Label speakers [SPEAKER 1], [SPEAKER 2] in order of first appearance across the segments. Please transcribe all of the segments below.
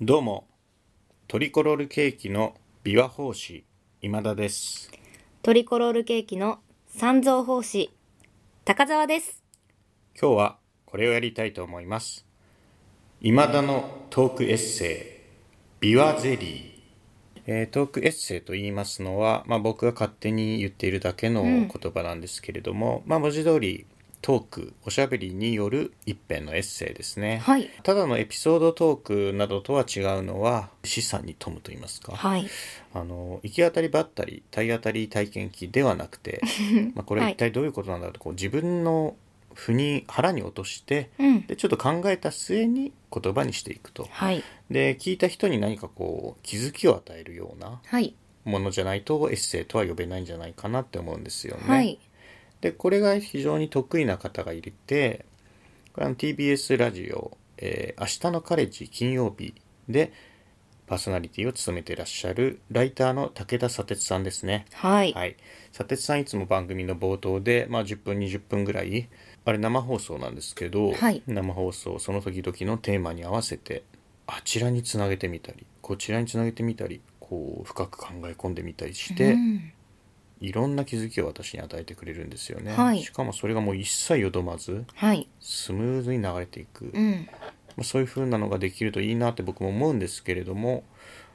[SPEAKER 1] どうも、トリコロールケーキの琵琶法師、今田です。
[SPEAKER 2] トリコロールケーキの三蔵法師、高沢です。
[SPEAKER 1] 今日はこれをやりたいと思います。今田のトークエッセイ、琵琶ゼリー。えートークエッセイと言いますのは、まあ、僕が勝手に言っているだけの言葉なんですけれども、まあ、文字通りトーク、おしゃべりによる一編のエッセイですね。
[SPEAKER 2] はい
[SPEAKER 1] ただのエピソードトークなどとは違うのは、資産に富むと言いますか。
[SPEAKER 2] はい。
[SPEAKER 1] あの行き当たりばったり体当たり体験記ではなく てまあこれは一体どういうことなんだろうとこう自分の腑に腹に落として
[SPEAKER 2] うん。
[SPEAKER 1] でちょっと考えた末に言葉にしていくと
[SPEAKER 2] はい。
[SPEAKER 1] で聞いた人に何かこう気づきを与えるような
[SPEAKER 2] はい。
[SPEAKER 1] ものじゃないとエッセイとは呼べないんじゃないかなって思うんですよね。
[SPEAKER 2] はい。
[SPEAKER 1] でこれが非常に得意な方がいてこれあの TBS ラジオ、えー明日のカレッジ」金曜日でパーソナリティを務めていらっしゃるライターの武田砂鉄さんですね。
[SPEAKER 2] はい。
[SPEAKER 1] はい、砂鉄さんいつも番組の冒頭で、まあ、10分20分ぐらいあれ生放送なんですけど、
[SPEAKER 2] はい
[SPEAKER 1] 生放送その時々のテーマに合わせてあちらにつなげてみたりこちらにつなげてみたりこう深く考え込んでみたりして。
[SPEAKER 2] うん
[SPEAKER 1] いろんな気づきを私に与えてくれるんですよね、
[SPEAKER 2] はい
[SPEAKER 1] しかもそれがもう一切よどまず
[SPEAKER 2] はい。
[SPEAKER 1] スムーズに流れていく、
[SPEAKER 2] う
[SPEAKER 1] ま
[SPEAKER 2] ん。
[SPEAKER 1] あ、そういう風なのができるといいなって僕も思うんですけれども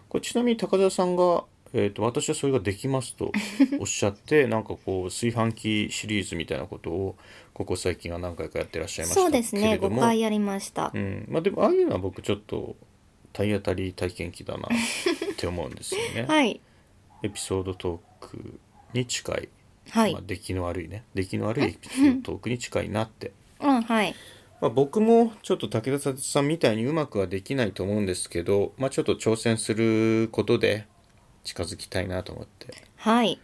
[SPEAKER 1] これちなみに高田さんが、えーと「私はそれができます」 とおっしゃってなんかこう炊飯器シリーズみたいなことをここ最近は何回かやってらっしゃいまし
[SPEAKER 2] そう
[SPEAKER 1] た
[SPEAKER 2] です
[SPEAKER 1] けれ
[SPEAKER 2] ね。
[SPEAKER 1] ど
[SPEAKER 2] 5
[SPEAKER 1] も
[SPEAKER 2] 回やりました
[SPEAKER 1] う。んまあ、でもああいうのは僕ちょっと体当たり体験記だなって思うんですよね、
[SPEAKER 2] はい。
[SPEAKER 1] エピソードトークに近い
[SPEAKER 2] はい
[SPEAKER 1] まあ、。出来の悪いね出来の悪いエピソードトークに近いなって、
[SPEAKER 2] うん。はい。
[SPEAKER 1] まあ、僕もちょっと武田さんさんみたいにうまくはできないと思うんですけど、まあ、ちょっと挑戦することで近づきたいなと思って
[SPEAKER 2] はい。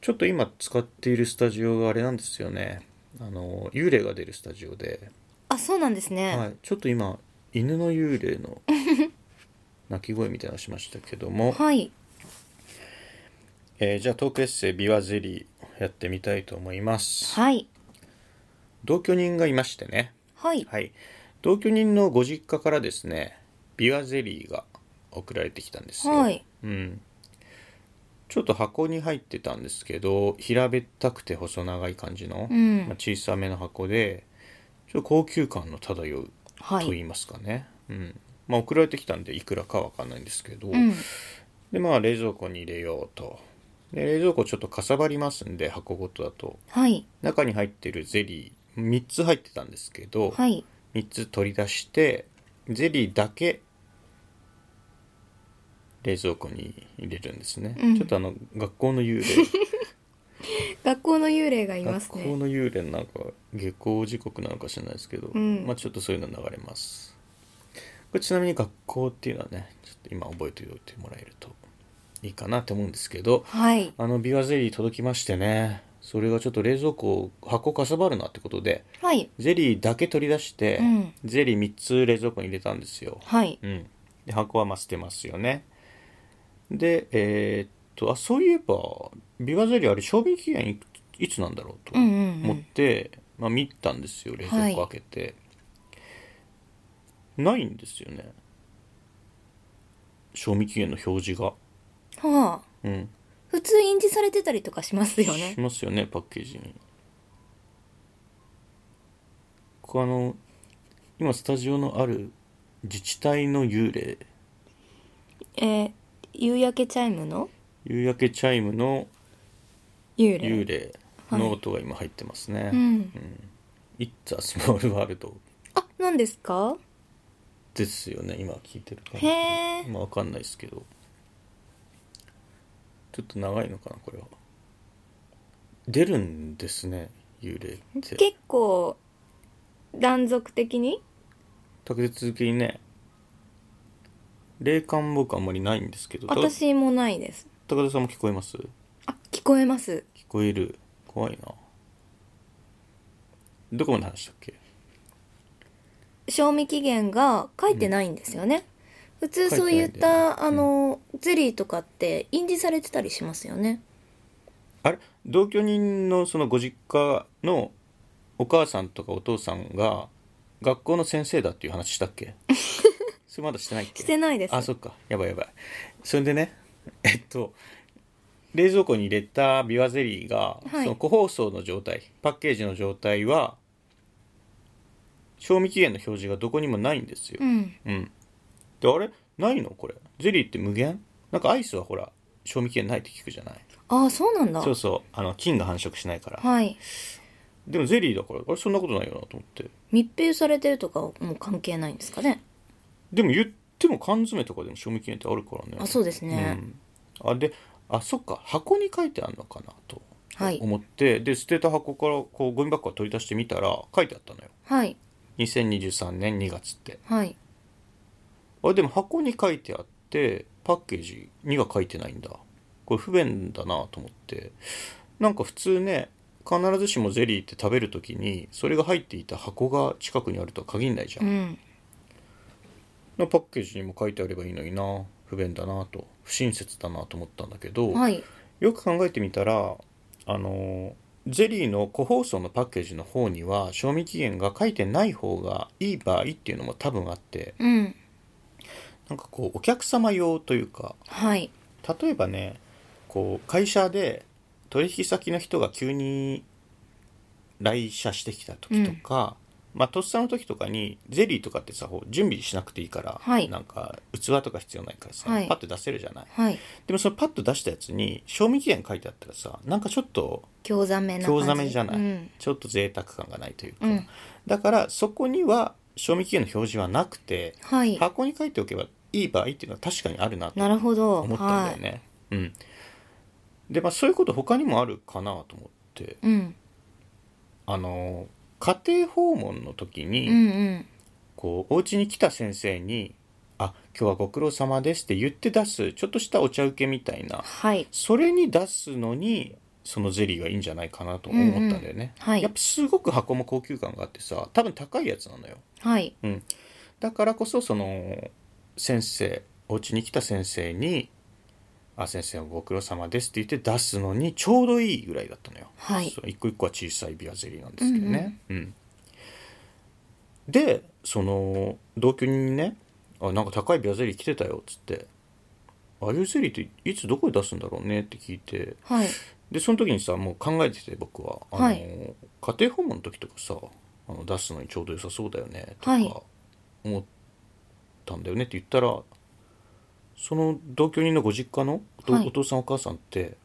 [SPEAKER 1] ちょっと今使っているスタジオがあれなんですよねあの幽霊が出るスタジオで、
[SPEAKER 2] あ、そうなんです
[SPEAKER 1] は
[SPEAKER 2] ね。
[SPEAKER 1] い、ちょっと今犬の幽霊 の鳴き声みたいなのしましたけども、
[SPEAKER 2] はい。
[SPEAKER 1] えーじゃあトークエッセイ「ビワゼリー」やってみたいと思います
[SPEAKER 2] はい。
[SPEAKER 1] 同居人がいましてね
[SPEAKER 2] はい。
[SPEAKER 1] はい、同居人のご実家からですねビワゼリーが送られてきたんですよ、
[SPEAKER 2] はい
[SPEAKER 1] うん、ちょっと箱に入ってたんですけど平べったくて細長い感じの、
[SPEAKER 2] うん
[SPEAKER 1] まあ小さめの箱でちょっと高級感の漂う
[SPEAKER 2] は
[SPEAKER 1] と言い
[SPEAKER 2] い。
[SPEAKER 1] ますかね、うんまあ、送られてきたんでいくらかわかんないんですけど、
[SPEAKER 2] うん。
[SPEAKER 1] でまあ冷蔵庫に入れようとで冷蔵庫ちょっとかさばりますんで箱ごとだと
[SPEAKER 2] はい。
[SPEAKER 1] 中に入ってるゼリー3つ入ってたんですけど、
[SPEAKER 2] はい。
[SPEAKER 1] 3つ取り出してゼリーだけ冷蔵庫に入れるんですね、
[SPEAKER 2] うん
[SPEAKER 1] ちょっとあの学校の幽霊
[SPEAKER 2] 学校の幽霊がいま
[SPEAKER 1] 学
[SPEAKER 2] す
[SPEAKER 1] 校
[SPEAKER 2] ね。
[SPEAKER 1] の幽霊のなんか下校時刻なのか知らないですけど、
[SPEAKER 2] うん
[SPEAKER 1] まあちょっとそういうの流れますこれちなみに学校っていうのはねちょっと今覚えておいてもらえるといいかなと思うんですけど
[SPEAKER 2] はい。
[SPEAKER 1] あのビワゼリー届きましてねそれがちょっと冷蔵庫箱かさばるなってことで
[SPEAKER 2] はい。
[SPEAKER 1] ゼリーだけ取り出して、
[SPEAKER 2] うん
[SPEAKER 1] ゼリー3つ冷蔵庫に入れたんですよ、
[SPEAKER 2] はい。
[SPEAKER 1] うん、で箱はまあ捨てますよねでえーっとあそういえばビワゼリーあれ賞味期限いくいつなんだろうと
[SPEAKER 2] うんうんうん
[SPEAKER 1] 思って、まあ、見たんですよ冷蔵庫開けて、ないんですよね賞味期限の表示が、
[SPEAKER 2] はあ。
[SPEAKER 1] うん、
[SPEAKER 2] 普通印字されてたりとかしますよね
[SPEAKER 1] し。ますよねパッケージにここあの今スタジオのある自治体の幽霊
[SPEAKER 2] えー、夕焼けチャイムの
[SPEAKER 1] 夕焼けチャイムの
[SPEAKER 2] 幽霊。
[SPEAKER 1] 幽霊の音が今入ってますね、
[SPEAKER 2] うん。
[SPEAKER 1] It's a small world
[SPEAKER 2] あ、何ですか
[SPEAKER 1] ですよね今聞いてる感じ
[SPEAKER 2] へえ。
[SPEAKER 1] まあわかんないですけどちょっと長いのかなこれは出るんですね幽霊って
[SPEAKER 2] 結構、断続的に
[SPEAKER 1] 立て続けにね霊感僕あんまりないんですけどた
[SPEAKER 2] 私もないです。
[SPEAKER 1] 高田さんも聞こえます
[SPEAKER 2] あ、聞こえます。
[SPEAKER 1] 聞こえる怖いなどこまで話したっけ
[SPEAKER 2] 賞味期限が書いてないんですよね。普通そうい
[SPEAKER 1] 書
[SPEAKER 2] っ
[SPEAKER 1] いてないんだよ
[SPEAKER 2] た、あの、ゼリーとかって印字されてたりしますよね。
[SPEAKER 1] あれ同居人のそのご実家の お母さんとかお父さんが学校の先生だっていう話したっけそそれまだしてないっけ
[SPEAKER 2] してないです
[SPEAKER 1] あそっかやばいやばいそれでねえっと冷蔵庫に入れたビワゼリーが、
[SPEAKER 2] はい
[SPEAKER 1] その個包装の状態パッケージの状態は賞味期限の表示がどこにもないんですよ
[SPEAKER 2] う、ん
[SPEAKER 1] うん。で、あれないのこれ。ゼリーって無限なんかアイスはほら、賞味期限ないって聞くじゃない
[SPEAKER 2] ああそうなんだ
[SPEAKER 1] そうそう。あの、菌が繁殖しないから。
[SPEAKER 2] はい
[SPEAKER 1] でもゼリーだから、あれそんなことないよなと思って。
[SPEAKER 2] 密閉されてるとかはもう関係ないんですかね
[SPEAKER 1] でも言っても缶詰とかでも賞味期限ってあるからね。
[SPEAKER 2] あそうですね、
[SPEAKER 1] うん。あ、で、あ、そっか。箱に書いてあるのかなと
[SPEAKER 2] はい
[SPEAKER 1] 思って、で、捨てた箱からこうゴミ箱から取り出してみたら、書いてあったのよ。
[SPEAKER 2] はい
[SPEAKER 1] 2023年2月って。
[SPEAKER 2] はい
[SPEAKER 1] あでも箱に書いてあってパッケージには書いてないんだこれ不便だなと思ってなんか普通ね必ずしもゼリーって食べる時にそれが入っていた箱が近くにあるとは限んないじゃ、
[SPEAKER 2] うんん
[SPEAKER 1] のパッケージにも書いてあればいいのにな不便だなと不親切だなと思ったんだけど、
[SPEAKER 2] はい
[SPEAKER 1] よく考えてみたらあのゼリーの個包装のパッケージの方には賞味期限が書いてない方がいい場合っていうのも多分あって
[SPEAKER 2] うん
[SPEAKER 1] なんかこうお客様用というか
[SPEAKER 2] はい
[SPEAKER 1] 例えばねこう会社で取引先の人が急に来社してきた時とか、まあとっさの時とかにゼリーとかってさこう準備しなくていいから、
[SPEAKER 2] はい
[SPEAKER 1] なんか器とか必要ないからさ、
[SPEAKER 2] はい
[SPEAKER 1] パッと出せるじゃない
[SPEAKER 2] はい
[SPEAKER 1] でもそのパッと出したやつに賞味期限書いてあったらさなんかちょっと
[SPEAKER 2] 興ざめな感
[SPEAKER 1] 興
[SPEAKER 2] じ
[SPEAKER 1] ざめじゃない、
[SPEAKER 2] うん、
[SPEAKER 1] ちょっと贅沢感がないというか、
[SPEAKER 2] うん
[SPEAKER 1] だからそこには賞味期限の表示はなくて
[SPEAKER 2] はい
[SPEAKER 1] 箱に書いておけばいい場合っていうのは確かにあるなと
[SPEAKER 2] なるほど
[SPEAKER 1] 思ったんだよね、うんでまあそういうこと他にもあるかなと思って
[SPEAKER 2] はい、うん
[SPEAKER 1] あの家庭訪問の時に、
[SPEAKER 2] うんうん
[SPEAKER 1] こうお家に来た先生に「あ今日はご苦労様です」って言って出すちょっとしたお茶受けみたいな
[SPEAKER 2] はい
[SPEAKER 1] それに出すのにそのゼリーがいいんじゃないかなと思ったんだよね、
[SPEAKER 2] うんうんはい
[SPEAKER 1] やっぱすごく箱も高級感があってさ多分高いやつなのよ
[SPEAKER 2] はい
[SPEAKER 1] だからこそその先生お家に来た先生に「あ先生ご苦労様です」って言って出すのにちょうどいいぐらいだったのよ、
[SPEAKER 2] はい
[SPEAKER 1] そう一個一個は小さいビアゼリーなんですけどね、うんでその同居人にね「あなんか高いビアゼリー来てたよ」っつって「ああいうゼリーっていつどこで出すんだろうね」って聞いて
[SPEAKER 2] はい
[SPEAKER 1] でその時にさもう考えてて僕はあの、
[SPEAKER 2] はい
[SPEAKER 1] 家庭訪問の時とかさあの出すのにちょうど良さそうだよねとか
[SPEAKER 2] はい
[SPEAKER 1] 思ったんだよねって言ったらその同居人のご実家のお,、
[SPEAKER 2] はい
[SPEAKER 1] お父さんお母さんって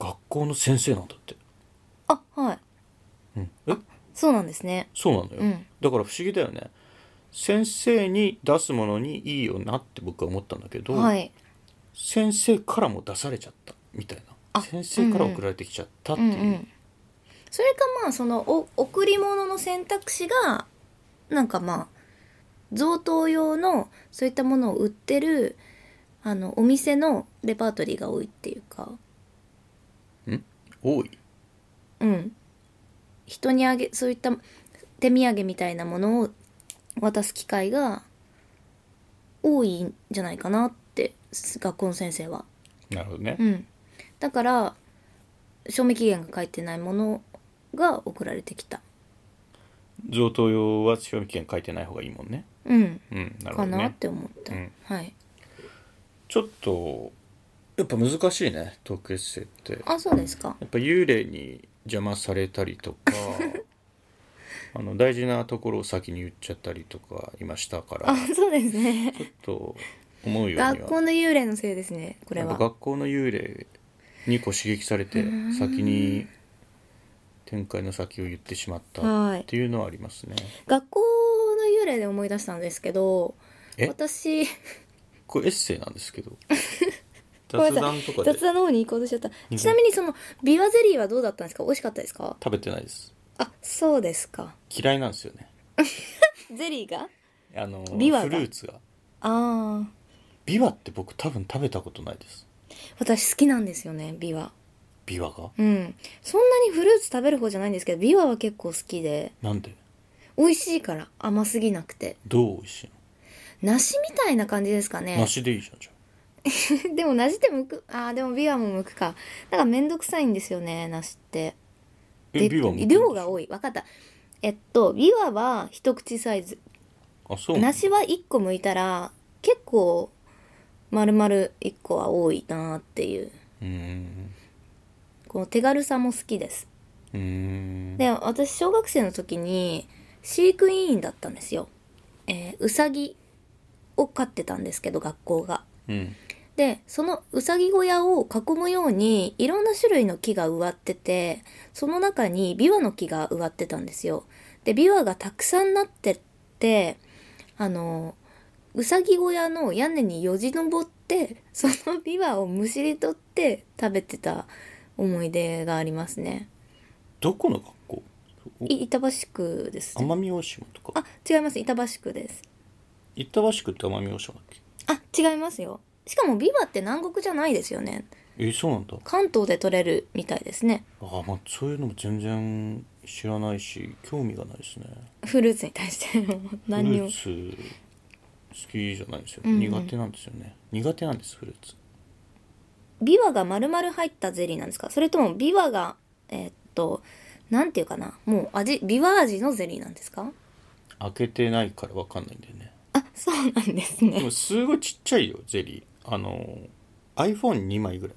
[SPEAKER 1] 学校の先生なんだって、
[SPEAKER 2] あはい
[SPEAKER 1] うん、え
[SPEAKER 2] そうなんですね
[SPEAKER 1] そうなのよ、
[SPEAKER 2] うん
[SPEAKER 1] だから不思議だよね先生に出すものにいいよなって僕は思ったんだけど、
[SPEAKER 2] はい
[SPEAKER 1] 先生からも出されちゃったみたいな
[SPEAKER 2] あ
[SPEAKER 1] 先生から
[SPEAKER 2] うんうん
[SPEAKER 1] 送られてきちゃったって
[SPEAKER 2] う
[SPEAKER 1] い
[SPEAKER 2] ん
[SPEAKER 1] う、
[SPEAKER 2] うんそれかまあそのお贈り物の選択肢がなんかまあ贈答用のそういったものを売ってるあのお店のレパートリーが多いっていうか
[SPEAKER 1] 多い
[SPEAKER 2] うん人にあげそういった手土産みたいなものを渡す機会が多いんじゃないかなって学校の先生は
[SPEAKER 1] なるほどね、
[SPEAKER 2] うん、だから賞味期限が書いてないものが送られてきた、
[SPEAKER 1] 贈答用は賞味期限書いてない方がいいもんね
[SPEAKER 2] うん、
[SPEAKER 1] うんなるほ
[SPEAKER 2] か
[SPEAKER 1] ど
[SPEAKER 2] なっ
[SPEAKER 1] ね
[SPEAKER 2] て思った、
[SPEAKER 1] うん
[SPEAKER 2] はい
[SPEAKER 1] ちょっとやっぱ難しいねトークエッセイってや
[SPEAKER 2] あそうですか
[SPEAKER 1] っぱ幽霊に邪魔されたりと かあの大事なところを先に言っちゃったりとかいましたから
[SPEAKER 2] あそうですね
[SPEAKER 1] ちょっと思うようには
[SPEAKER 2] 学校の幽霊のせいですねこれ
[SPEAKER 1] やっ
[SPEAKER 2] は
[SPEAKER 1] ぱ学校の幽霊にこう刺激されて
[SPEAKER 2] うん
[SPEAKER 1] 先に展開の先を言ってしまったっ
[SPEAKER 2] はい
[SPEAKER 1] ていうのはありますね
[SPEAKER 2] 学校の幽霊で思い出したんですけど
[SPEAKER 1] え
[SPEAKER 2] 私
[SPEAKER 1] これエッセイなんですけ ど
[SPEAKER 2] ご
[SPEAKER 1] 雑
[SPEAKER 2] めんなさ
[SPEAKER 1] 談とかで
[SPEAKER 2] 雑
[SPEAKER 1] 食
[SPEAKER 2] 談の方に行こうとしちゃった
[SPEAKER 1] うん
[SPEAKER 2] ちなみにそのビワゼリーはどうだったんですか美味しかったですか
[SPEAKER 1] べてないです
[SPEAKER 2] あそうですか
[SPEAKER 1] 嫌いなんですよね
[SPEAKER 2] ゼリーが
[SPEAKER 1] あの
[SPEAKER 2] ビワが
[SPEAKER 1] フルーツが
[SPEAKER 2] ああ
[SPEAKER 1] ビワって僕多分食べたことないです
[SPEAKER 2] 私好きなんですよねビワ
[SPEAKER 1] ビワが
[SPEAKER 2] うん、そんなにフルーツ食べる方じゃないんですけどビワは結構好きで
[SPEAKER 1] なんで
[SPEAKER 2] 美味しいから甘すぎなくて
[SPEAKER 1] どう美味しい
[SPEAKER 2] 梨みたいな感じですか
[SPEAKER 1] の
[SPEAKER 2] ね
[SPEAKER 1] 梨でいいじゃんじゃ
[SPEAKER 2] でも梨ってむくあーでもビワもむくかだからめんどくさいんですよね梨って
[SPEAKER 1] あえ
[SPEAKER 2] で
[SPEAKER 1] ビワも
[SPEAKER 2] 量が
[SPEAKER 1] い
[SPEAKER 2] 多いわかったえっとビワは一口サイズ
[SPEAKER 1] あ、そうなんだ。
[SPEAKER 2] 梨は1個剥いたら結構丸々1個は多いなっていう
[SPEAKER 1] うん。
[SPEAKER 2] この手軽さも好きです
[SPEAKER 1] うん。
[SPEAKER 2] で私小学生の時に飼育委員だったんですよ、えーうさぎを飼ってたんですけど学校が
[SPEAKER 1] うん。
[SPEAKER 2] でそのうさぎ小屋を囲むようにいろんな種類の木が植わっててその中にビワの木が植わってたんですよでビワがたくさんなってってあのうさぎ小屋の屋根によじ登ってそのビワをむしり取って食べてた思い出がありますね
[SPEAKER 1] どこの学校
[SPEAKER 2] い板橋区です、ね、
[SPEAKER 1] 奄美大島とか。
[SPEAKER 2] あ違います板橋区です
[SPEAKER 1] 板橋区って奄美大島だっけ
[SPEAKER 2] あ違いますよしかもビワって南国じゃないですよね
[SPEAKER 1] え、そうなんだ。
[SPEAKER 2] 関東で取れるみたいですね
[SPEAKER 1] あ、まあ、そういうのも全然知らないし、興味がないですね。
[SPEAKER 2] フルーツに 対してもう
[SPEAKER 1] フル
[SPEAKER 2] 何にも
[SPEAKER 1] ーツ好きじゃないんですよ。
[SPEAKER 2] うんうん
[SPEAKER 1] 苦手なんですよね。苦手なんです、フルーツ。
[SPEAKER 2] ビワが丸々入ったゼリーなんですかそれともビワがえーっとなんていうかなもう味ビワ味のゼリーなんですか
[SPEAKER 1] 開けてないからわかんないんだよね。
[SPEAKER 2] あそうなんです
[SPEAKER 1] で
[SPEAKER 2] ね
[SPEAKER 1] もすごいちっちゃいよ、ゼリー。あの、iPhone2 枚ぐらい。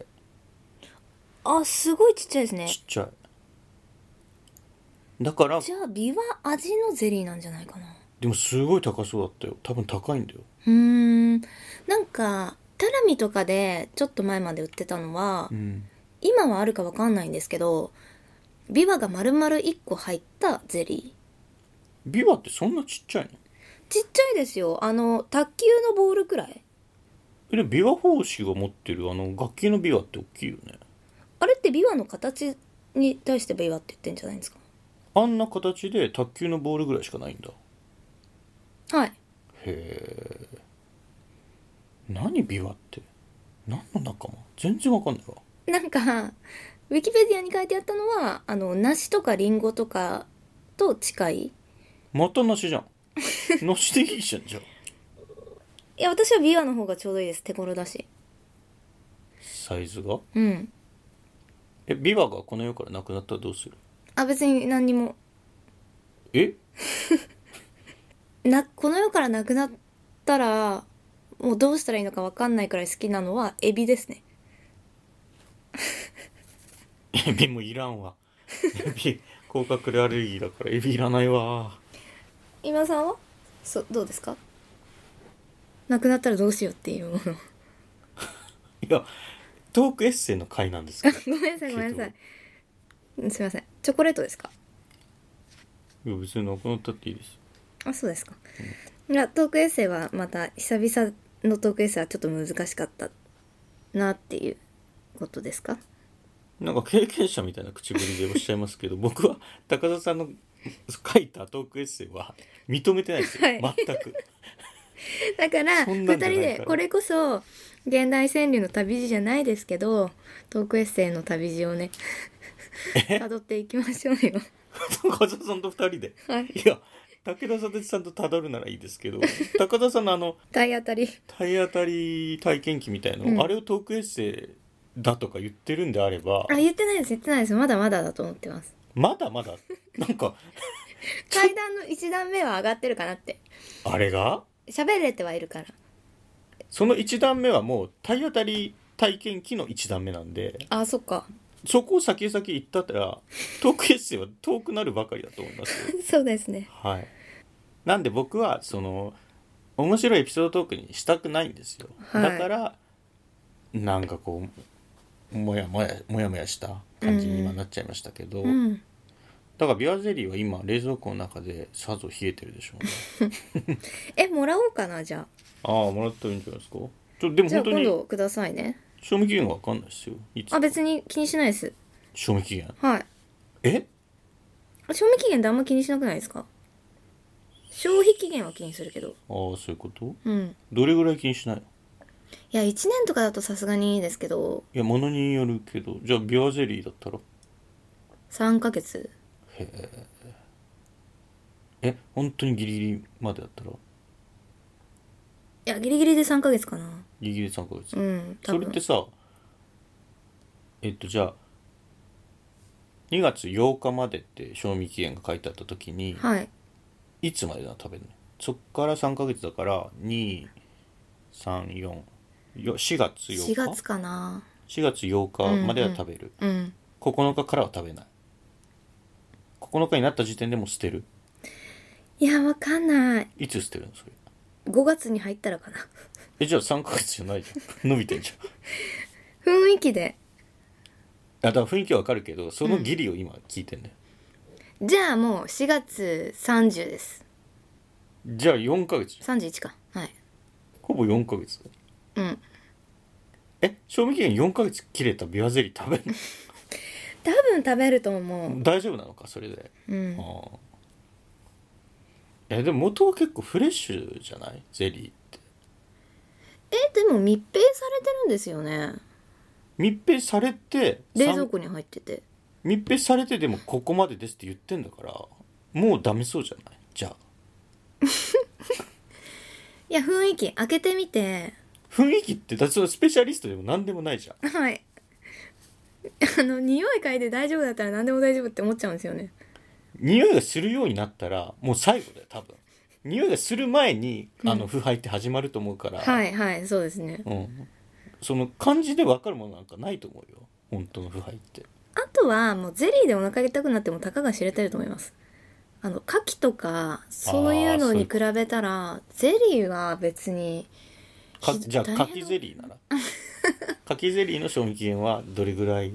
[SPEAKER 2] あすごいちっちゃいですね
[SPEAKER 1] ちっちゃい。だから、
[SPEAKER 2] じゃあビワ味のゼリーなんじゃないかな
[SPEAKER 1] でもすごい高そうだったよ。多分高いんだよ。
[SPEAKER 2] うーんなんかタラミとかでちょっと前まで売ってたのは
[SPEAKER 1] うん。
[SPEAKER 2] 今はあるかわかんないんですけどビワが丸々1個入ったゼリー
[SPEAKER 1] ビワってそんなちっちゃいの
[SPEAKER 2] ちっちゃいですよあの卓球のボールくらい
[SPEAKER 1] えでもビワ法師が持ってるあの楽器のビワって大きいよね
[SPEAKER 2] あれってビワの形に対してビワって言ってんじゃないんですか
[SPEAKER 1] あんな形で卓球のボールぐらいしかないんだ
[SPEAKER 2] はい
[SPEAKER 1] へえ何ビワって何の仲間全然わかんないわ
[SPEAKER 2] なんかウィキペディアに書いてあったのはあの梨とかリンゴとかと近いい
[SPEAKER 1] また梨じゃん梨でいいじゃんじゃあ
[SPEAKER 2] や私はビワの方がちょうどいいです手頃だし
[SPEAKER 1] サイズが
[SPEAKER 2] うん
[SPEAKER 1] えビワがこの世からなくなったらどうする
[SPEAKER 2] あ別に何にも
[SPEAKER 1] え
[SPEAKER 2] なこの世からなくなったらもうどうしたらいいのかわかんないくらい好きなのはエビですね
[SPEAKER 1] エビもいらんわ エビ甲殻類アレルギーだからエビいらないわ
[SPEAKER 2] 今さんはそどうですかなくなったらどうしようっていうもの
[SPEAKER 1] いやトークエッセイの回なんですけど
[SPEAKER 2] ごめんなさいごめんなさいうんすいませんチョコレートですか
[SPEAKER 1] いや別になくなったっていいです
[SPEAKER 2] あそうですか、いやトークエッセイはまた久々のトークエッセイはちょっと難しかったなっていうことですか
[SPEAKER 1] なんか経験者みたいな口ぶりでおっしゃいますけど 僕は高田さんの書いたトークエッセイは認めてないですよ、
[SPEAKER 2] はい
[SPEAKER 1] 全く
[SPEAKER 2] だから
[SPEAKER 1] そん
[SPEAKER 2] 2
[SPEAKER 1] なん
[SPEAKER 2] 人
[SPEAKER 1] じゃないから
[SPEAKER 2] でこれこそ現代川柳の旅路じゃないですけどトークエッセイの旅路をね辿っていきましょうよ
[SPEAKER 1] 高田さんと二人で
[SPEAKER 2] はい
[SPEAKER 1] いや武田さんさんとたどるならいいですけど高田さんのあの
[SPEAKER 2] 体当たり
[SPEAKER 1] 体当たり体験記みたいの、
[SPEAKER 2] うん
[SPEAKER 1] あれをトークエッセイだとか言ってるんであれば
[SPEAKER 2] あ言ってないです言ってないですまだまだだと思ってます
[SPEAKER 1] まだまだなんか
[SPEAKER 2] 階段の1段目は上がってるかなって
[SPEAKER 1] あれが
[SPEAKER 2] 喋れてはいるから
[SPEAKER 1] その1段目はもう体当たり体験記の1段目なんで
[SPEAKER 2] あそっか
[SPEAKER 1] そこを先々行ったったらトークエッセイは遠くなるばかりだと思いますよ
[SPEAKER 2] そうですね
[SPEAKER 1] はい。なんで僕はその面白いエピソードトークにしたくないんですよ。
[SPEAKER 2] はい
[SPEAKER 1] だからなんかこうもやもやもやもやした感じに今なっちゃいましたけど、
[SPEAKER 2] うん
[SPEAKER 1] だからビアゼリーは今冷蔵庫の中でさぞ冷えてるでしょうね。
[SPEAKER 2] えもらおうかなじゃ あ
[SPEAKER 1] ああもらったらいいんじゃないですか。ちょでも
[SPEAKER 2] じゃあ
[SPEAKER 1] 本当
[SPEAKER 2] 今
[SPEAKER 1] に
[SPEAKER 2] 度くださいね
[SPEAKER 1] 賞味期限がわかんないですよ。いつ
[SPEAKER 2] あ別に気にしないです
[SPEAKER 1] 賞味期限
[SPEAKER 2] はい
[SPEAKER 1] え
[SPEAKER 2] 賞味期限ってあんま気にしなくないですか消費期限は気にするけど
[SPEAKER 1] ああそういうこと
[SPEAKER 2] うん
[SPEAKER 1] どれぐらい気にしないの
[SPEAKER 2] いや1年とかだとさすがにいいですけど
[SPEAKER 1] いや物によるけどじゃあビアゼリーだったら
[SPEAKER 2] 3ヶ月
[SPEAKER 1] え本当にギリギリまでだったら
[SPEAKER 2] いやギリギリで3ヶ月かな
[SPEAKER 1] ギリギリ3ヶ月
[SPEAKER 2] うん多
[SPEAKER 1] それっ
[SPEAKER 2] 分
[SPEAKER 1] てさえっとじゃあ2月8日までって賞味期限が書いてあった時に、
[SPEAKER 2] はい
[SPEAKER 1] い、つまでなの食べるのそっから3ヶ月だから2344月4日
[SPEAKER 2] 4月かな
[SPEAKER 1] 4月8日までは食べる、
[SPEAKER 2] うん
[SPEAKER 1] 9日からは食べない9日になった時点でもう捨てる
[SPEAKER 2] いやわかんない
[SPEAKER 1] いつ捨てるのそれ
[SPEAKER 2] 5月に入ったらかな
[SPEAKER 1] えじゃあ3ヶ月じゃないじゃん伸びてんじゃん
[SPEAKER 2] 雰囲気で
[SPEAKER 1] あだから雰囲気はわかるけどそのギリを今聞いてんだよ、
[SPEAKER 2] じゃあもう4月30です
[SPEAKER 1] じゃあ4ヶ月じゃん
[SPEAKER 2] 31かはい
[SPEAKER 1] ほぼ4ヶ月だよ
[SPEAKER 2] うん
[SPEAKER 1] え賞味期限4ヶ月切れたビワゼリー食べる
[SPEAKER 2] 多分食べると思う
[SPEAKER 1] の大丈夫なのかそれで
[SPEAKER 2] うん
[SPEAKER 1] ああえでも元は結構フレッシュじゃないゼリーって
[SPEAKER 2] えでも密閉されてるんですよね
[SPEAKER 1] 密閉されて
[SPEAKER 2] 冷蔵
[SPEAKER 1] さん
[SPEAKER 2] 庫に入ってて
[SPEAKER 1] 密閉されてでもここまでですって言ってんだからもうダメそうじゃないじゃあ
[SPEAKER 2] いや雰囲気開けてみて
[SPEAKER 1] 雰囲気ってだってそのスペシャリストでも何でもないじゃん
[SPEAKER 2] はいあの匂い嗅いで大丈夫だったら何でも大丈夫って思っちゃうんですよね
[SPEAKER 1] 匂いがするようになったらもう最後だよ多分匂いがする前にあの腐敗って始まると思うから、
[SPEAKER 2] はいはいそうですね
[SPEAKER 1] うん、その感じで分かるものなんかないと思うよ本当の腐敗って
[SPEAKER 2] あとはもうゼリーでお腹痛くなってもたかが知れてると思いますあの牡蠣とかそういうのに比べたらゼリーは別に
[SPEAKER 1] か
[SPEAKER 2] ひ
[SPEAKER 1] じゃあ
[SPEAKER 2] 大変
[SPEAKER 1] 柿ゼリーなら 柿ゼリーの賞味期限はどれぐらい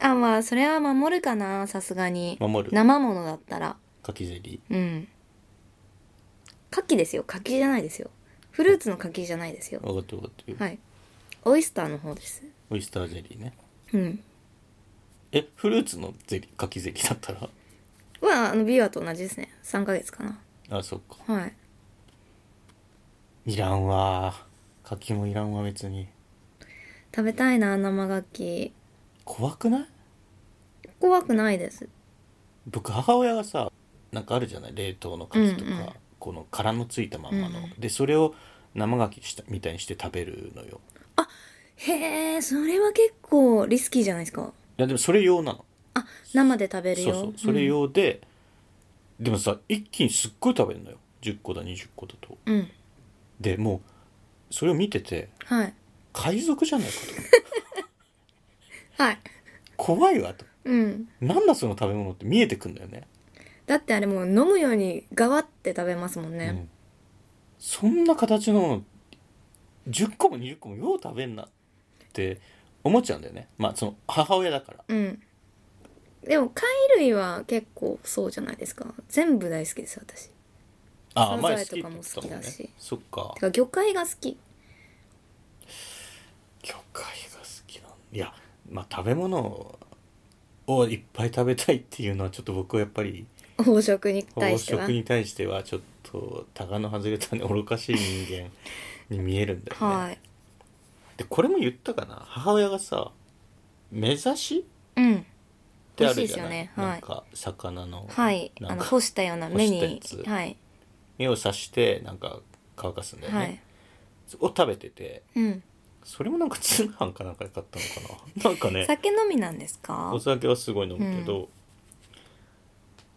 [SPEAKER 2] あまあそれは守るかなさすがに
[SPEAKER 1] 守る
[SPEAKER 2] 生ものだったら
[SPEAKER 1] 柿ゼリ
[SPEAKER 2] うん牡蠣ですよ牡蠣じゃないですよフルーツの牡蠣じゃないですよ
[SPEAKER 1] ー分かってる分かってる、
[SPEAKER 2] はいオイスターの方です
[SPEAKER 1] オイスターゼリーね
[SPEAKER 2] うん
[SPEAKER 1] えフルーツのゼリー柿ゼリーだったら
[SPEAKER 2] まああのビワと同じですね3ヶ月かな
[SPEAKER 1] あそっか
[SPEAKER 2] はい
[SPEAKER 1] いらんわー柿もいらんわ別に
[SPEAKER 2] 食べたいな生牡蠣
[SPEAKER 1] 怖くない
[SPEAKER 2] 怖くないです
[SPEAKER 1] 僕母親がさなんかあるじゃない冷凍の柿とか、
[SPEAKER 2] うんうん
[SPEAKER 1] この殻のついたまんまの、
[SPEAKER 2] うん
[SPEAKER 1] でそれを生牡蠣したみたいにして食べるのよ
[SPEAKER 2] へえそれは結構リスキーじゃないですか
[SPEAKER 1] いやでもそれ用なの
[SPEAKER 2] あ生で食べる
[SPEAKER 1] そ
[SPEAKER 2] よ
[SPEAKER 1] うそうそれ用で、でもさ一気にすっごい食べるのよ10個だ20個だと
[SPEAKER 2] うん、うん
[SPEAKER 1] でもうそれを見てて
[SPEAKER 2] はい
[SPEAKER 1] 海賊じゃないか
[SPEAKER 2] はい
[SPEAKER 1] と怖いわと
[SPEAKER 2] うん
[SPEAKER 1] なんだその食べ物って見えてくんだよね
[SPEAKER 2] だってあれもう飲むようにガワって食べますもん
[SPEAKER 1] う
[SPEAKER 2] ね、
[SPEAKER 1] んそんな形のもの10個も20個もよう食べんなって思っちゃうんだよねまあその母親だから
[SPEAKER 2] うんでも貝類は結構そうじゃないですか全部大好きです私
[SPEAKER 1] ああ
[SPEAKER 2] サザエ
[SPEAKER 1] 前好きって
[SPEAKER 2] とか
[SPEAKER 1] 言
[SPEAKER 2] も
[SPEAKER 1] ってた
[SPEAKER 2] 好き
[SPEAKER 1] もん
[SPEAKER 2] だ
[SPEAKER 1] ね
[SPEAKER 2] して
[SPEAKER 1] そっか
[SPEAKER 2] てか魚介が好き
[SPEAKER 1] 魚介が好きなんいやまあ食べ物をいっぱい食べたいっていうのはちょっと僕はやっぱり
[SPEAKER 2] 宝食に
[SPEAKER 1] 飽
[SPEAKER 2] 対しては
[SPEAKER 1] 食に対してはちょっと鷹の外れたね愚かしい人間に見えるんだよね、
[SPEAKER 2] はい
[SPEAKER 1] でこれも言ったかな母親がさ目指し
[SPEAKER 2] うん
[SPEAKER 1] ってあるじゃない
[SPEAKER 2] 美味しいですよねはい
[SPEAKER 1] なんか魚の、
[SPEAKER 2] はい
[SPEAKER 1] な
[SPEAKER 2] あ
[SPEAKER 1] ん
[SPEAKER 2] の
[SPEAKER 1] か
[SPEAKER 2] 干したような目
[SPEAKER 1] 干
[SPEAKER 2] に
[SPEAKER 1] したやつ
[SPEAKER 2] はい
[SPEAKER 1] 目を刺してなんか乾かすんだよね、
[SPEAKER 2] はい
[SPEAKER 1] を食べてて
[SPEAKER 2] うん
[SPEAKER 1] それもなんか通販かなんかで買ったのかななんかね
[SPEAKER 2] 酒飲みなんですか
[SPEAKER 1] お酒はすごい飲むけど、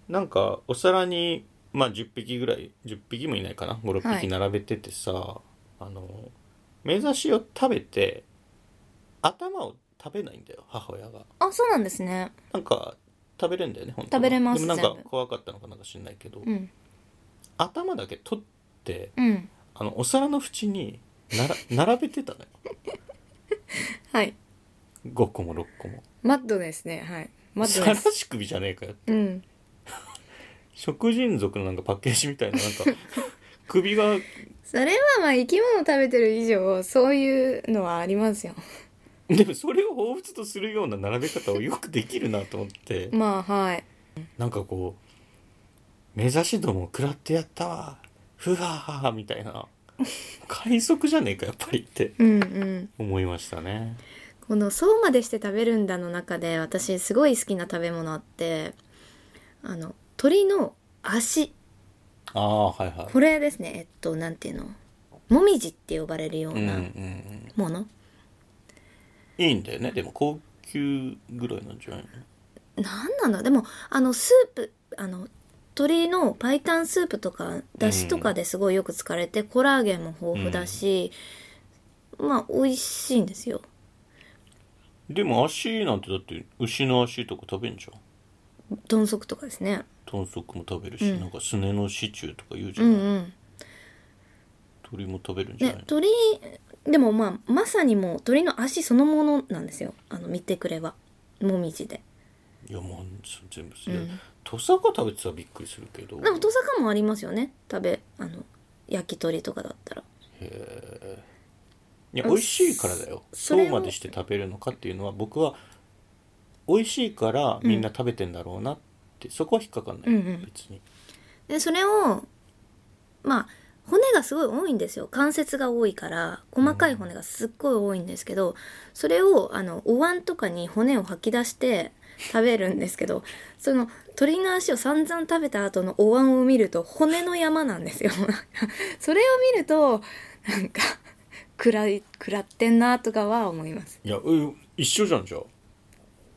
[SPEAKER 1] なんかお皿にまあ10匹ぐらい10匹もいないかな56
[SPEAKER 2] はい
[SPEAKER 1] 匹並べててさ、あの目指しを食べて頭を食べないんだよ母親が
[SPEAKER 2] あそうなんですね
[SPEAKER 1] なんか食べれるんだよね本当は
[SPEAKER 2] 食べれま
[SPEAKER 1] で
[SPEAKER 2] す
[SPEAKER 1] もなんか
[SPEAKER 2] 全部
[SPEAKER 1] 怖かったのかなんか知んないけど、
[SPEAKER 2] うん
[SPEAKER 1] 頭だけ取って
[SPEAKER 2] うん
[SPEAKER 1] あのお皿の縁になら 並べてたのよ
[SPEAKER 2] はい
[SPEAKER 1] 5個も6個も
[SPEAKER 2] マッドですねはいマッド
[SPEAKER 1] 皿
[SPEAKER 2] です
[SPEAKER 1] し首じゃねえかよ
[SPEAKER 2] うん
[SPEAKER 1] 食人族のなんかパッケージみたいななん か首が
[SPEAKER 2] それはまあ生き物食べてる以上そういうのはありますよ
[SPEAKER 1] でもそれを彷彿とするような並べ方をよくできるなと思って
[SPEAKER 2] まあはい
[SPEAKER 1] なんかこう目指しどもを食らってやったわふわーみたいな快速じゃねえかやっぱりって
[SPEAKER 2] うんうん
[SPEAKER 1] 思いましたね
[SPEAKER 2] この「そうまでして食べるんだ」の中で私すごい好きな食べ物あってあの鳥の足
[SPEAKER 1] ああはいは
[SPEAKER 2] これですねえっとなんていうのもみじって呼ばれるよう
[SPEAKER 1] うんうんう
[SPEAKER 2] なんもの、
[SPEAKER 1] いいんだよねでも高級ぐらいなんじゃないの
[SPEAKER 2] なんなんだでもあのスープあの鶏の白湯スープとかだしとかですごいよく使われて、コラーゲンも豊富だし、まあ美味しいんですよ
[SPEAKER 1] でも足なんてだって牛の足とか食べんじゃん
[SPEAKER 2] 豚足とかですね
[SPEAKER 1] 豚足も食べるし、なんかすねのシチューとか言うじゃ、
[SPEAKER 2] うんんうん
[SPEAKER 1] 鳥も食べるんじゃ
[SPEAKER 2] ね
[SPEAKER 1] ないの、
[SPEAKER 2] 鳥でもまあまさにもう鳥の足そのものなんですよあの見てくれはもみじで
[SPEAKER 1] いやもうそう全部
[SPEAKER 2] う
[SPEAKER 1] い
[SPEAKER 2] ん
[SPEAKER 1] やトサカ食べてたらびっくりするけど
[SPEAKER 2] でもトサカもありますよね食べあの焼き鳥とかだったら
[SPEAKER 1] いや美味しいからだよ
[SPEAKER 2] そ
[SPEAKER 1] そう
[SPEAKER 2] れを
[SPEAKER 1] までして食べるのかっていうのは僕は美味しいからみんな食べてんだろうなって、そこは引っかかんない、
[SPEAKER 2] うんうん
[SPEAKER 1] 別に
[SPEAKER 2] でそれをまあ骨がすごい多いんですよ関節が多いから細かい骨がすっごい多いんですけどそれをあのお椀とかに骨を吐き出して食べるんですけど その鳥の足を散々食べた後のお椀を見ると骨の山なんですよ それを見るとなんか暗い食らってんなとかは思います
[SPEAKER 1] いやう一緒じゃんじゃあ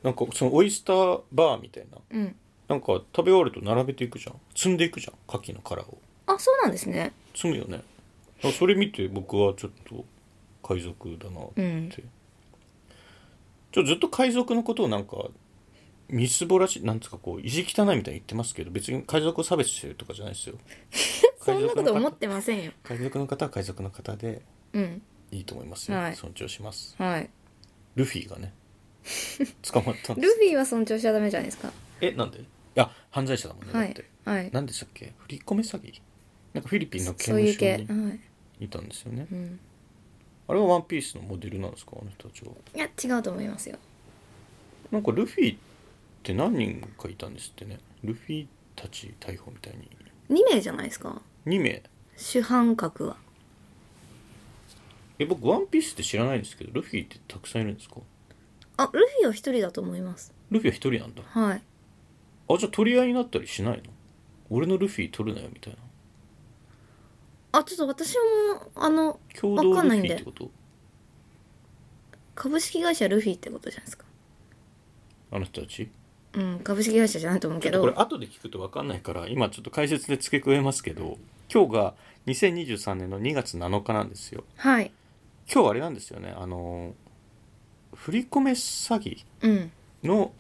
[SPEAKER 1] なんかそのオイスターバーみたいな
[SPEAKER 2] うん
[SPEAKER 1] なんか食べ終わると並べていくじゃん積んでいくじゃん牡蠣の殻を
[SPEAKER 2] あそうなんですね
[SPEAKER 1] 積むよねあそれ見て僕はちょっと海賊だなって、
[SPEAKER 2] うん
[SPEAKER 1] ちょずっと海賊のことをなんかみすぼらしいなんつうかこう意地汚いみたいに言ってますけど別に海賊を差別してるとかじゃないですよ
[SPEAKER 2] そんなこと思っ
[SPEAKER 1] 方
[SPEAKER 2] てませんよ
[SPEAKER 1] 海賊の方は海賊の方で
[SPEAKER 2] うん
[SPEAKER 1] いいと思いますよ、
[SPEAKER 2] はい
[SPEAKER 1] 尊重します
[SPEAKER 2] はい
[SPEAKER 1] ルフィがね 捕まったんで
[SPEAKER 2] ル
[SPEAKER 1] す
[SPEAKER 2] フィは尊重しちゃダメじゃないですか
[SPEAKER 1] えなんでいや犯罪者だもんね、
[SPEAKER 2] は
[SPEAKER 1] だっ
[SPEAKER 2] い
[SPEAKER 1] て
[SPEAKER 2] はい
[SPEAKER 1] 何でしたっけ振り込め詐欺なんかフィリピンの刑
[SPEAKER 2] そう
[SPEAKER 1] 務
[SPEAKER 2] いう系、は
[SPEAKER 1] 所
[SPEAKER 2] い
[SPEAKER 1] にいたんですよね
[SPEAKER 2] うん、
[SPEAKER 1] あれはワンピースのモデルなんですかあの人たちは。
[SPEAKER 2] いや違うと思いますよ
[SPEAKER 1] なんかルフィって何人かいたんですってね。ルフィたち逮捕みたいに。
[SPEAKER 2] 2名じゃないですか
[SPEAKER 1] 2名。
[SPEAKER 2] 主犯格は
[SPEAKER 1] え、僕ワンピースって知らないんですけど、ルフィってたくさんいるんですか
[SPEAKER 2] あルフィは1人だと思います
[SPEAKER 1] ルフィは1人なんだ。
[SPEAKER 2] はい
[SPEAKER 1] あ、じゃあ取り合いになったりしないの俺のルフィ取るなよみたいな。
[SPEAKER 2] あちょっと私もあの
[SPEAKER 1] 共同
[SPEAKER 2] わか
[SPEAKER 1] ル
[SPEAKER 2] んない
[SPEAKER 1] フ
[SPEAKER 2] んで
[SPEAKER 1] ィってこと
[SPEAKER 2] 株式会社ルフィってことじゃないですか
[SPEAKER 1] あの人たち
[SPEAKER 2] うん株式会社じゃないと思う
[SPEAKER 1] ちょ
[SPEAKER 2] け
[SPEAKER 1] っと
[SPEAKER 2] ど
[SPEAKER 1] これ後で聞くと分かんないから今ちょっと解説で付け加えますけど今日が2023年の2月7日なんですよ
[SPEAKER 2] はい
[SPEAKER 1] 今日あれなんですよねあの振り込め詐欺
[SPEAKER 2] うん
[SPEAKER 1] の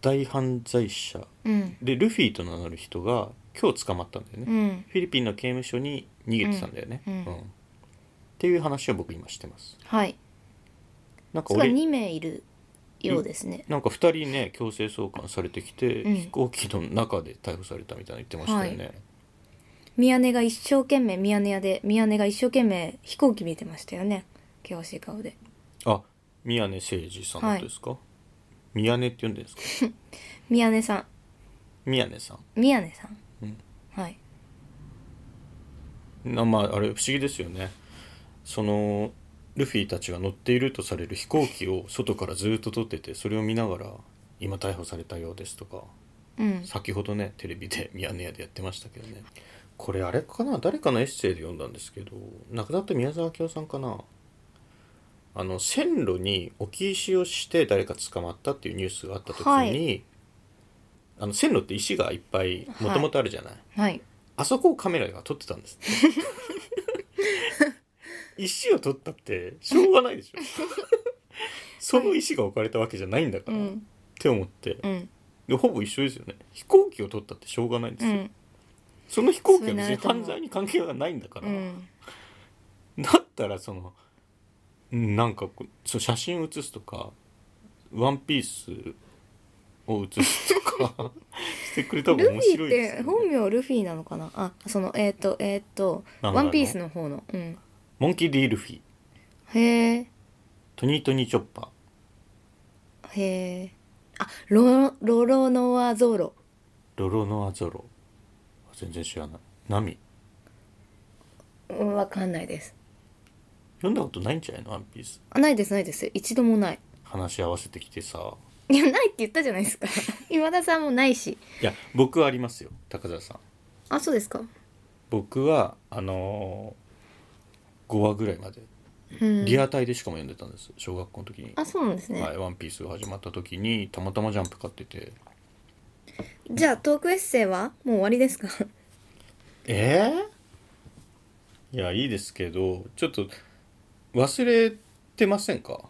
[SPEAKER 1] 大犯罪者
[SPEAKER 2] うん
[SPEAKER 1] でルフィと名乗る人が今日捕まったんだよね、
[SPEAKER 2] うん
[SPEAKER 1] フィリピンの刑務所に逃げてたんだよね、
[SPEAKER 2] うんうん
[SPEAKER 1] っていう話を僕今してます
[SPEAKER 2] はい
[SPEAKER 1] なんか
[SPEAKER 2] それ
[SPEAKER 1] 俺
[SPEAKER 2] 2名いるようですね、
[SPEAKER 1] なんか2人ね強制送還されてきて、
[SPEAKER 2] うん
[SPEAKER 1] 飛行機の中で逮捕されたみたいなの言ってましたよね、
[SPEAKER 2] ミヤネが一生懸命ミヤネ屋でミヤネが一生懸命飛行機見てましたよね険しい顔で
[SPEAKER 1] あ宮根誠司さんのことですか、宮根って言うんですか
[SPEAKER 2] ミヤネさん
[SPEAKER 1] 宮根さん
[SPEAKER 2] ミヤネさん、
[SPEAKER 1] うん
[SPEAKER 2] はい
[SPEAKER 1] なまああれ不思議ですよねそのルフィたちが乗っているとされる飛行機を外からずっと撮っててそれを見ながら「今逮捕されたようです」とか
[SPEAKER 2] うん
[SPEAKER 1] 先ほどねテレビでミヤネ屋でやってましたけどねこれあれかな誰かのエッセイで読んだんですけど亡くなった宮沢明夫さんかなあの線路に置き石をして誰か捕まったっていうニュースがあった時に、
[SPEAKER 2] はい
[SPEAKER 1] あの線路って石がいっぱいもともとあるじゃない、
[SPEAKER 2] はい
[SPEAKER 1] あそこをカメラが撮ってたん ですって石を撮ったってしょうがないでしょその石が置かれたわけじゃないんだか
[SPEAKER 2] う
[SPEAKER 1] ら、っ
[SPEAKER 2] ん
[SPEAKER 1] て思って
[SPEAKER 2] うん
[SPEAKER 1] でほぼ一緒ですよね飛行機を撮ったってしょうがないんで
[SPEAKER 2] う
[SPEAKER 1] すよ、
[SPEAKER 2] ん
[SPEAKER 1] その飛行機
[SPEAKER 2] それ
[SPEAKER 1] は
[SPEAKER 2] な
[SPEAKER 1] 別
[SPEAKER 2] る
[SPEAKER 1] に
[SPEAKER 2] と思う
[SPEAKER 1] 犯罪に関係がないんだから、
[SPEAKER 2] うん
[SPEAKER 1] だったらそのうんなんかこうそう写真写すとかワンピースを写すとか してくれた方が
[SPEAKER 2] ルフ
[SPEAKER 1] 面
[SPEAKER 2] ィ
[SPEAKER 1] 白
[SPEAKER 2] っ
[SPEAKER 1] いです
[SPEAKER 2] て
[SPEAKER 1] よ、ね、
[SPEAKER 2] 本名ルフィなのかなあそのえっ、とえっ、と「
[SPEAKER 1] 漫画の
[SPEAKER 2] ワンピースの方のうん
[SPEAKER 1] モンキー・ディ・ルフィ
[SPEAKER 2] へえ
[SPEAKER 1] トニー・トニー・チョッパー
[SPEAKER 2] へえあロロロノアゾロ
[SPEAKER 1] ロロノアゾロ全然知らないナミ
[SPEAKER 2] うんわかんないです
[SPEAKER 1] 読んだことないんじゃないのワンピース
[SPEAKER 2] あないですないです一度もない
[SPEAKER 1] 話し合わせてきてさ
[SPEAKER 2] いやないって言ったじゃないですか 今田さんもないし
[SPEAKER 1] いや僕はありますよ高澤さん
[SPEAKER 2] あそうですか
[SPEAKER 1] 僕はあのー、5話ぐらいまで
[SPEAKER 2] うん
[SPEAKER 1] リアタイでしかも読んでたんです小学校の時に
[SPEAKER 2] あそうなんですね、
[SPEAKER 1] はい、ワンピースが始まった時にたまたまジャンプ買ってて
[SPEAKER 2] じゃあトークエッセイはもう終わりですか
[SPEAKER 1] えー、いやいいですけどちょっと忘れてませんか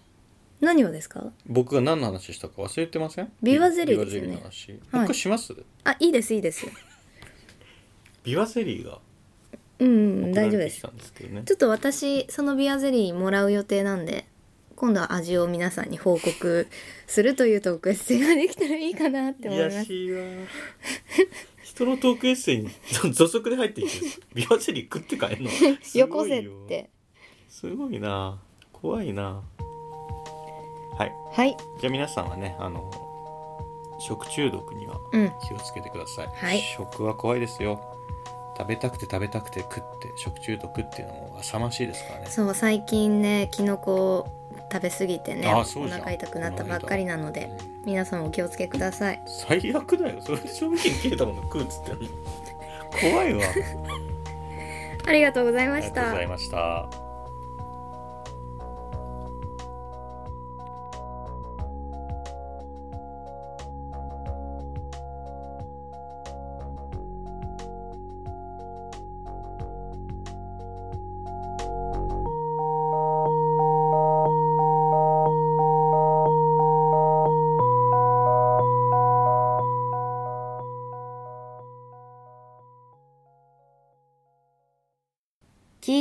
[SPEAKER 2] 何をですか
[SPEAKER 1] 僕が何の話したか忘れてません
[SPEAKER 2] ビワゼリーですよね
[SPEAKER 1] ビワゼリーの話、
[SPEAKER 2] はい
[SPEAKER 1] 僕します
[SPEAKER 2] あいいですいいです
[SPEAKER 1] ビワゼリーが
[SPEAKER 2] うんう
[SPEAKER 1] 送
[SPEAKER 2] ん
[SPEAKER 1] ら
[SPEAKER 2] 大丈夫
[SPEAKER 1] れて
[SPEAKER 2] で
[SPEAKER 1] き
[SPEAKER 2] す
[SPEAKER 1] たんですけどね
[SPEAKER 2] ちょっと私そのビアゼリーもらう予定なんで今度は味を皆さんに報告するというトークエッセイができたらいいかなって思いま
[SPEAKER 1] 癒や
[SPEAKER 2] す
[SPEAKER 1] しいわ人のトークエッセイに土足で入ってきてビワゼリー食って 帰るの
[SPEAKER 2] よこせって
[SPEAKER 1] すごいな怖いなはい
[SPEAKER 2] はい
[SPEAKER 1] じゃあ皆さんはねあの食中毒には
[SPEAKER 2] うん
[SPEAKER 1] 気をつけてください、
[SPEAKER 2] はい
[SPEAKER 1] 食は怖いですよ食べたくて食べたくて食って食中毒っていうのも浅ましいですからね
[SPEAKER 2] そう最近ねキノコを食べ過ぎてね
[SPEAKER 1] あ
[SPEAKER 2] お
[SPEAKER 1] そうじゃん
[SPEAKER 2] 腹痛くなったばっかりなので皆さんお気をつけください
[SPEAKER 1] 最悪だよそれで賞味期限切れたもの食うっつってんの怖いわ
[SPEAKER 2] ありがとうござい
[SPEAKER 1] あ
[SPEAKER 2] ま
[SPEAKER 1] りが
[SPEAKER 2] し
[SPEAKER 1] とうご
[SPEAKER 2] た
[SPEAKER 1] ざいました
[SPEAKER 2] 聞